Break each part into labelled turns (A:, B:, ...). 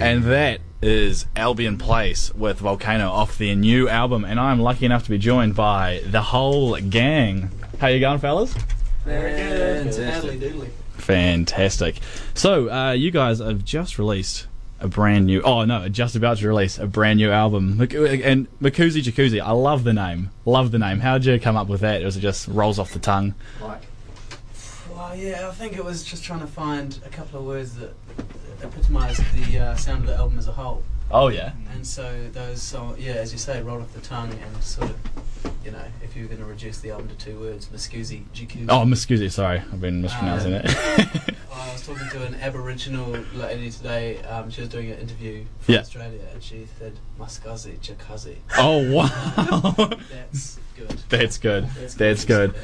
A: And that is Albion Place with Volcano off their new album. And I'm lucky enough to be joined by the whole gang. How you going, fellas?
B: Fantastic.
A: Fantastic. So, uh, you guys have just released a brand new. Oh no, just about to release a brand new album. Mak- And Makuzi Jacuzzi. I love the name. Love the name. How'd you come up with that? Was it just rolls off the tongue?
B: Well, yeah, I think it was just trying to find a couple of words that epitomised the uh, sound of the album as a whole.
A: Oh yeah.
B: And so those, songs, yeah, as you say, rolled off the tongue and sort of, you know, if you were going to reduce the album to two words, Muscusi, Jacuzzi.
A: Oh, Makuzi. Sorry, I've been mispronouncing
B: Um,
A: it.
B: I was talking to an Aboriginal lady today. Um, she was doing an interview from
A: Yeah.
B: Australia, and she said Muscusi, Jacuzzi.
A: oh wow.
B: That's good.
A: That's good. That's good.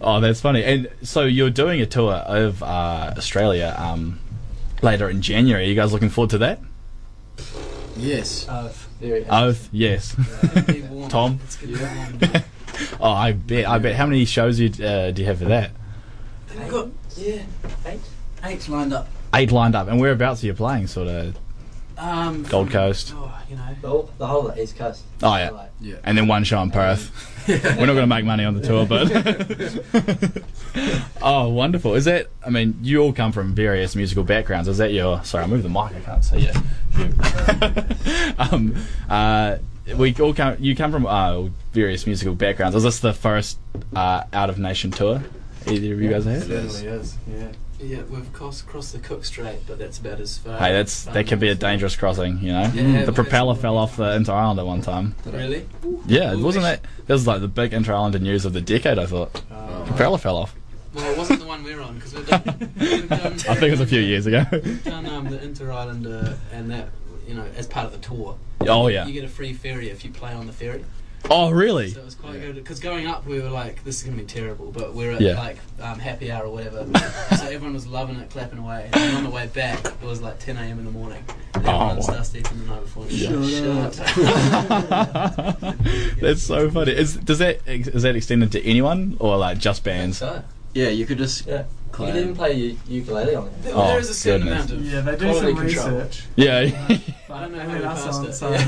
A: Oh, that's funny. And so you're doing a tour of uh, Australia um, later in January. Are you guys looking forward to that?
C: Yes.
B: Oh, there you go.
A: Oath, yes.
B: It's gonna be warm.
A: Tom.
B: It's gonna be warm, dude.
A: Oh, I bet. I bet. How many shows you, uh, do you have for that?
B: We've got yeah, eight, eight lined up.
A: Eight lined up. And whereabouts are you playing? Sort of.
B: Um,
A: Gold
B: from-
A: Coast.
B: Oh, you
D: The
B: know.
D: whole, the whole of the East Coast.
A: Oh yeah.
D: Like,
C: Yeah.
A: And then one show in Perth. We're not going to make money on the tour, but. oh, wonderful. Is that, I mean, you all come from various musical backgrounds. Is that your. Sorry, I moved the mic, I can't see it. You- um, uh, we all come, you come from uh, various musical backgrounds. Is this the first uh, out of nation tour either of you guys have?
C: is.
B: is. Yeah. Yeah, we've crossed, crossed the Cook Strait, but that's about as far.
A: Hey, that's that could be a dangerous crossing, you know.
B: Yeah,
A: the
B: but
A: propeller
B: it's-
A: fell off the inter island at one time.
B: Really?
A: Yeah,
B: Ooh,
A: wasn't that?
B: that's-
A: That was like the big inter island news of the decade. I thought
B: Oh.
A: propeller fell off.
B: Well, it wasn't the one we're on because we've done. we've
A: I
B: done-
A: think it was a few years ago.
B: We've done um, the Inter Islander and that, you know, as part of the tour.
A: Oh yeah.
B: You get a free ferry if you play on the ferry.
A: Oh really?
B: So it was quite good because going up, we were like, "This is gonna be terrible," but we were at
A: Yeah.
B: like um, happy hour or whatever, so everyone was loving it, clapping away. And on the way back, it was like 10 a.m. in the morning. And
A: Oh,
B: everyone
A: wow.
B: starts stepping the night before.
C: Yeah.
B: Shut, up.
A: That's so funny. Is does that is that extended to anyone or like just bands?
B: so
C: Yeah, you could just.
D: yeah. You
C: Clan.
D: can even play u- ukulele on it.
B: there,
A: Oh,
B: there is a certain
A: goodness.
B: amount of
E: Yeah, they do
B: quality
E: some
B: control.
E: research.
A: Yeah.
B: I don't know
E: I
B: how
E: mean,
B: we
E: us
B: passed
E: on
B: it.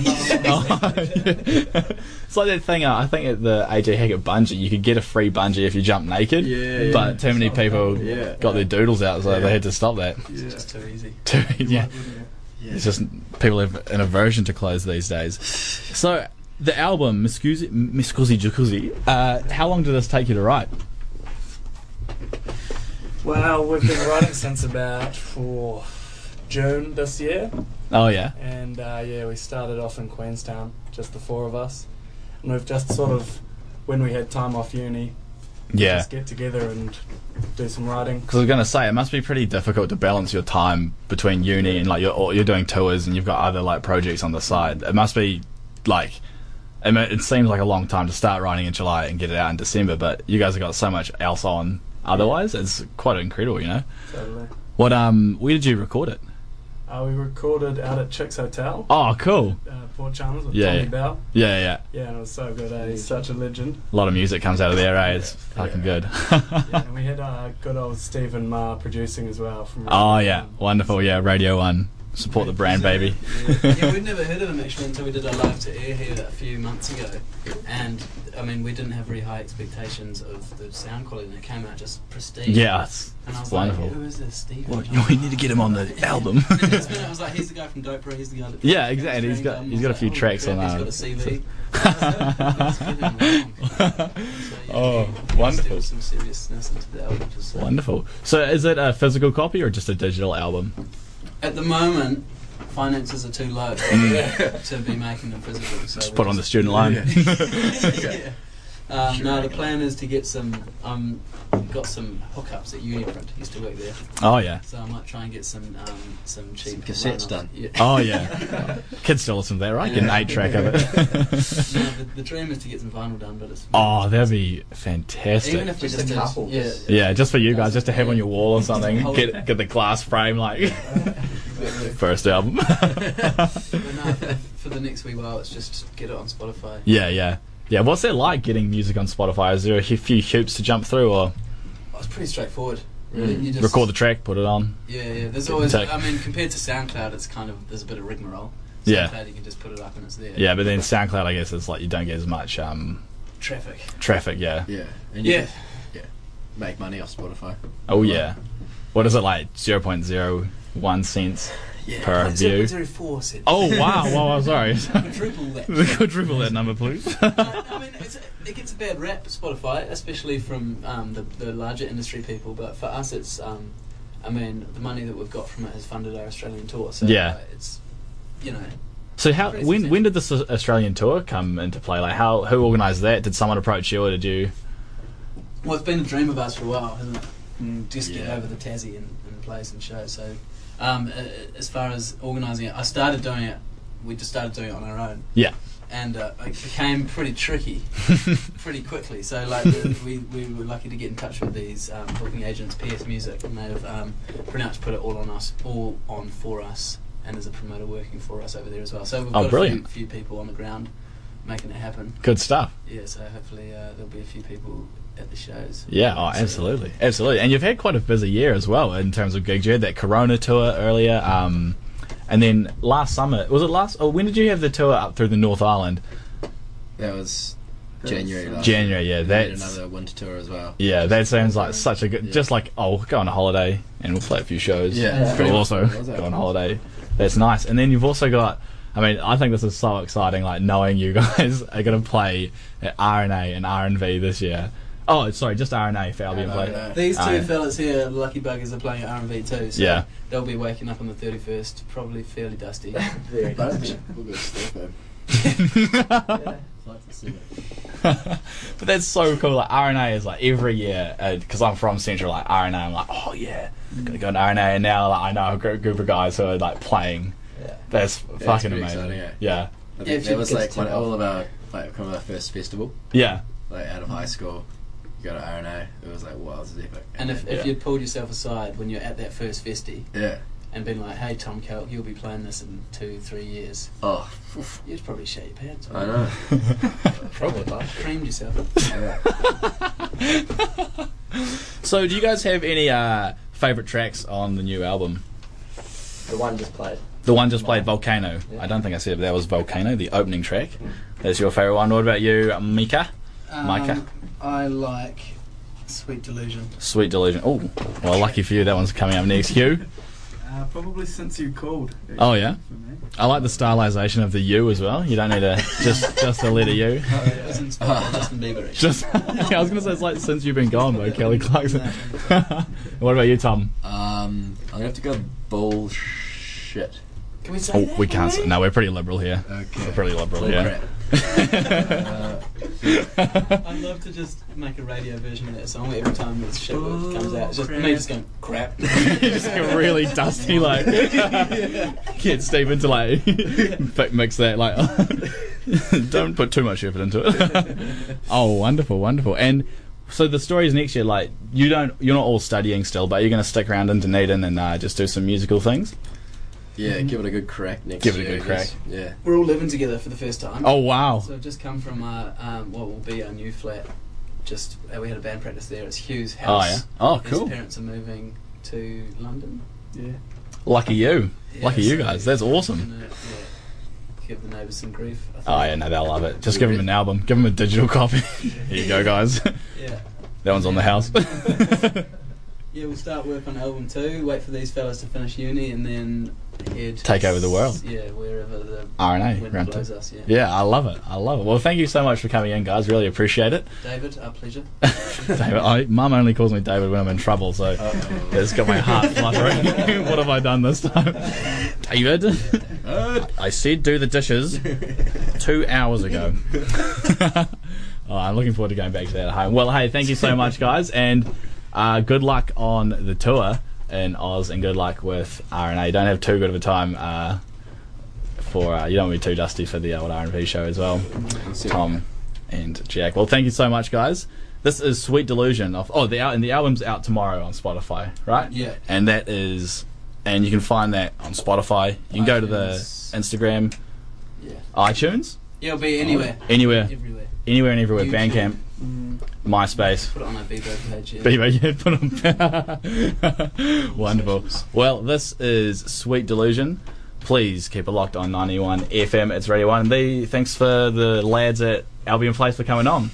E: some-
A: Oh, it's like that thing. Uh, I think at the AJ Hackett bungee, you could get a free bungee if you jump naked.
C: Yeah,
A: but
C: yeah.
A: too many people
C: Yeah.
A: got their doodles out, so
C: Yeah.
A: they had to stop that.
B: It's
E: Yeah.
B: just too easy.
A: yeah,
C: Yeah.
A: it's just people have an aversion to clothes these days. So the album Miscusi Miscusi Jacuzzi. Uh, how long did this take you to write?
E: Well, we've been writing since about for June this year,
A: Oh yeah.
E: and uh, yeah, we started off in Queenstown, just the four of us, and we've just sort of, when we had time off uni,
A: Yeah.
E: just get together and do some writing.
A: Because I was going to say, it must be pretty difficult to balance your time between uni and like you're or you're doing tours and you've got other like projects on the side. It must be like it, ma- it seems like a long time to start writing in July and get it out in December, but you guys have got so much else on. Otherwise, it's quite incredible, you know.
E: Totally.
A: What um, where did you record it?
E: Uh, we recorded out at Chicks Hotel,
A: Oh, cool.
E: uh, Port Chalmers, with
A: Yeah,
E: Tommy
A: yeah.
E: Bell.
A: Yeah, yeah.
E: Yeah, and it was so good. Eh? He's such a legend.
A: A lot of music comes out of there, eh? It's
E: Yeah.
A: fucking
E: Yeah,
A: good.
E: and we had uh, good old Stephen Ma producing as well. From
A: oh yeah, wonderful. Yeah, Radio One, support the brand, baby.
B: yeah, we'd never heard of him actually until we did our live to air here a few months ago, and I mean we didn't have very high expectations of the sound quality, and it came out just pristine.
A: Yeah, it's,
B: and I
A: it's
B: was
A: wonderful.
B: Like, Who is this Steve?
A: Well, you- we need to get him on the album.
B: I was like, he's the guy from Dope Pro. He's the guy. That
A: Yeah, exactly. He's got- he's got a few tracks on,
B: that.
A: um,
B: He's got a CV.
A: Oh, wonderful.
B: Some seriousness into the album. Just so.
A: Wonderful. So, is it a physical copy or just a digital album?
B: At the moment, finances are too low to be making them physical. So
A: Mm. Just
B: we're
A: put on the student loan.
B: yeah. Um, no, the plan is to get some. Um, got some hookups at Uniprint. Used to work there,
A: oh yeah.
B: so I might try and get some um, some cheap
C: Some cassettes
B: vinyls.
C: done.
B: Yeah.
A: Oh yeah. Kids still listen to that, right? Get an
B: Yeah.
A: eight track of it.
B: no, the, the dream is to get some vinyl done, but it's
A: oh, that'd be
B: even
A: fantastic.
B: if we
D: Just
B: just
D: a
B: did-
D: couple.
B: Yeah,
A: Yeah, just for you guys, just to have on your wall or something.
B: Hold it.
A: Get get the glass frame like first album.
B: But no, for, for the next wee while, it's just get it on Spotify.
A: yeah, yeah, yeah. What's it like getting music on Spotify? Is there a few hoops to jump through, or
B: Oh, it's pretty straightforward.
C: Really?
B: You just-
A: Mm. record the track, put it on.
B: Yeah, yeah. There's
A: Give
B: always.
A: and take.
B: I mean, compared to SoundCloud, it's kind of there's a bit of rigmarole. SoundCloud,
A: Yeah.
B: you can just put it up and it's there.
A: Yeah, but then SoundCloud, I guess, it's like you don't get as much um,
B: Traffic.
A: traffic. Yeah.
C: Yeah. And you
B: Yeah.
C: just make money off Spotify.
A: Oh yeah. What is it like? Zero point zero one cents
C: Yeah.
A: per view.
B: Zero four cents.
A: Oh wow! Wow, I'm sorry.
B: Quadruple that.
A: Quadruple that number, please.
B: I I mean, it's, it gets a bad rap, Spotify, especially from um, the, the larger industry people. But for us, it's, um, I mean, the money that we've got from it has funded our Australian tour. So
A: Yeah.
B: uh, it's, you know,
A: So how
B: Pretty
A: when
B: substantial.
A: when did this Aus- Australian tour come into play? Like how who organised that? Did someone approach you or did you?
B: well, it's been a dream of ours for a while, hasn't it? Mm, Just get
C: Yeah.
B: over the Tassie and, and place and show. So um, a- a- as far as organising it, I started doing it. We just started doing it on our own.
A: Yeah.
B: And uh, it became pretty tricky. pretty quickly. So like we, we were lucky to get in touch with these um, booking agents, PS Music, and they've um, pretty much put it all on us, all on for us, and there's a promoter working for us over there as well. So we've
A: Oh,
B: got
A: brilliant.
B: a few, few people on the ground making it happen.
A: Good stuff.
B: Yeah, so hopefully uh, there'll be a few people at the shows.
A: Yeah, oh,
B: So-
A: absolutely, absolutely. And you've had quite a busy year as well in terms of gigs. You had that Corona tour earlier, um, and then last summer was it last? Oh, when did you have the tour up through the North Island?
C: That was January last
A: January, yeah,
C: year. And we did
A: that's-
C: another winter tour as well.
A: Yeah, that sounds like such a good.
C: Yeah.
A: Just like oh, we'll go on a holiday and we'll play a few shows.
C: Yeah,
D: that's
A: but
C: pretty
A: we'll
C: much
A: also
C: what it was,
A: go on
C: actually.
A: holiday. That's nice. And then you've also got. I mean, I think this is so exciting. Like knowing you guys are going to play at RNA and R&V this year. Oh, sorry, just RNA for Albion
C: Yeah,
A: Play.
C: RNA.
B: These two
A: Aye.
B: fellas here, Lucky Buggers, are playing at R&B too, so
A: Yeah.
B: they'll be waking up on the 31st, probably fairly dusty.
D: Very
C: But I
D: good.
C: think we'll go stiff, eh?
D: Yeah.
C: Like to see it.
A: but that's so cool. Like RNA is like every year because I'm from Central. Like RNA, I'm like, oh yeah,
C: Mm.
A: gonna go to RNA, and now like I know a group, group of guys who are like playing.
D: Yeah.
A: That's fucking
C: pretty
A: amazing.
C: exciting, eh?
A: yeah,
C: I
B: Yeah,
C: think
B: she
C: that was
B: gets
C: like
B: to
C: one,
B: tell.
C: all of our like kind of our first festival,
A: yeah,
C: like out of high school. You go to RNA. It was like wow, this is epic.
B: And if, if
A: Yeah.
B: you'd pulled yourself aside when you're at that first festy
C: yeah,
B: and been like, hey, Tom Kelk, you'll be playing this in two, three years,
C: oh,
B: you'd probably shit your pants.
C: I know.
A: probably.
B: Creamed yourself.
C: Yeah.
A: so, do you guys have any uh, favorite tracks on the new album?
D: The one just played.
A: The one just played, Volcano.
D: Yeah.
A: I don't think I said it, but that was Volcano, the opening track. That's your favorite one. What about you, Mika? Micah?
B: I like Sweet Delusion.
A: Sweet Delusion. Oh, well, lucky for you, that one's coming up next. You?
F: Uh, probably since you called. actually,
A: Oh yeah.
F: For me.
A: I like the stylization of the U as well. You don't need a just just the letter U.
B: It was inspired by Justin Bieber, actually.
A: Just yeah, I was gonna say it's like since you've been gone by Kelly Clarkson. what about you, Tom?
C: Um, I'm gonna have to go bullshit.
B: Can we say
A: Oh,
B: that?
A: we can't. Say, no, we're pretty liberal here.
C: Okay.
A: We're pretty liberal,
C: Bull
A: yeah.
C: crap.
B: I'd love to just make a radio version of that song where every time this shit word comes out. It's just
F: crap.
B: me just going, crap.
A: just get really dusty, like get Steve into like but mix that like. don't put too much effort into it. oh, wonderful, wonderful. And so the story is next year. Like you don't, you're not all studying still, but you're going to stick around in Dunedin and uh, just do some musical things.
C: yeah, give it a good crack next.
A: Give it a
C: year,
A: good
C: I guess. Yeah.
B: We're all living together for the first time.
A: Oh wow!
B: So I've just come from our, um, what will be our new flat. Just uh, we had a band practice there. It's Hugh's
A: Oh
B: house.
A: yeah. Oh
B: His
A: cool.
B: parents are moving to London.
F: Yeah.
A: Lucky you. Lucky
B: Yeah,
A: you
B: so
A: guys. That's awesome.
B: gonna, yeah, give the neighbours some grief. I think.
A: Oh yeah, no, they'll love it. Just give them an album. Give them a digital copy. Here you go, guys.
B: Yeah.
A: That one's on the house.
B: Yeah, we'll start work on album two. Wait for these fellas to finish uni, and then head
A: Take over the world.
B: Yeah, wherever the
A: RNA
B: wind
A: round
B: blows
A: two.
B: us. Yeah.
A: Yeah, I love it. I love it. Well, thank you so much for coming in, guys. Really appreciate it.
B: David, our pleasure.
A: David, I, Mum only calls me David when I'm in trouble, so it's got my heart fluttering. what have I done this time, David? I said do the dishes two hours ago. oh, I'm looking forward to going back to that at home. Well, hey, thank you so much, guys, and uh, good luck on the tour in Oz, and good luck with RNA. Don't have too good of a time. Uh, for uh, you don't want to be too dusty for the old R&B show as well. Tom and Jack. Well, thank you so much, guys. This is Sweet Delusion. Of, oh, the al- and the album's out tomorrow on Spotify, right?
B: Yeah.
A: And that is, and you can find that on Spotify. You can go to the
B: iTunes.
A: Instagram,
B: Yeah.
A: iTunes,
B: Yeah, it'll be anywhere,
A: anywhere,
B: everywhere.
A: anywhere and everywhere.
B: YouTube.
A: Bandcamp,
B: Mm,
A: MySpace.
B: put it on a Bebo page. Yeah.
A: Bevo, yeah, put on. Wonderful. Well, this is Sweet Delusion. Please keep it locked on 91 FM. It's Radio 1. And the, thanks for the lads at Albion Place for coming on.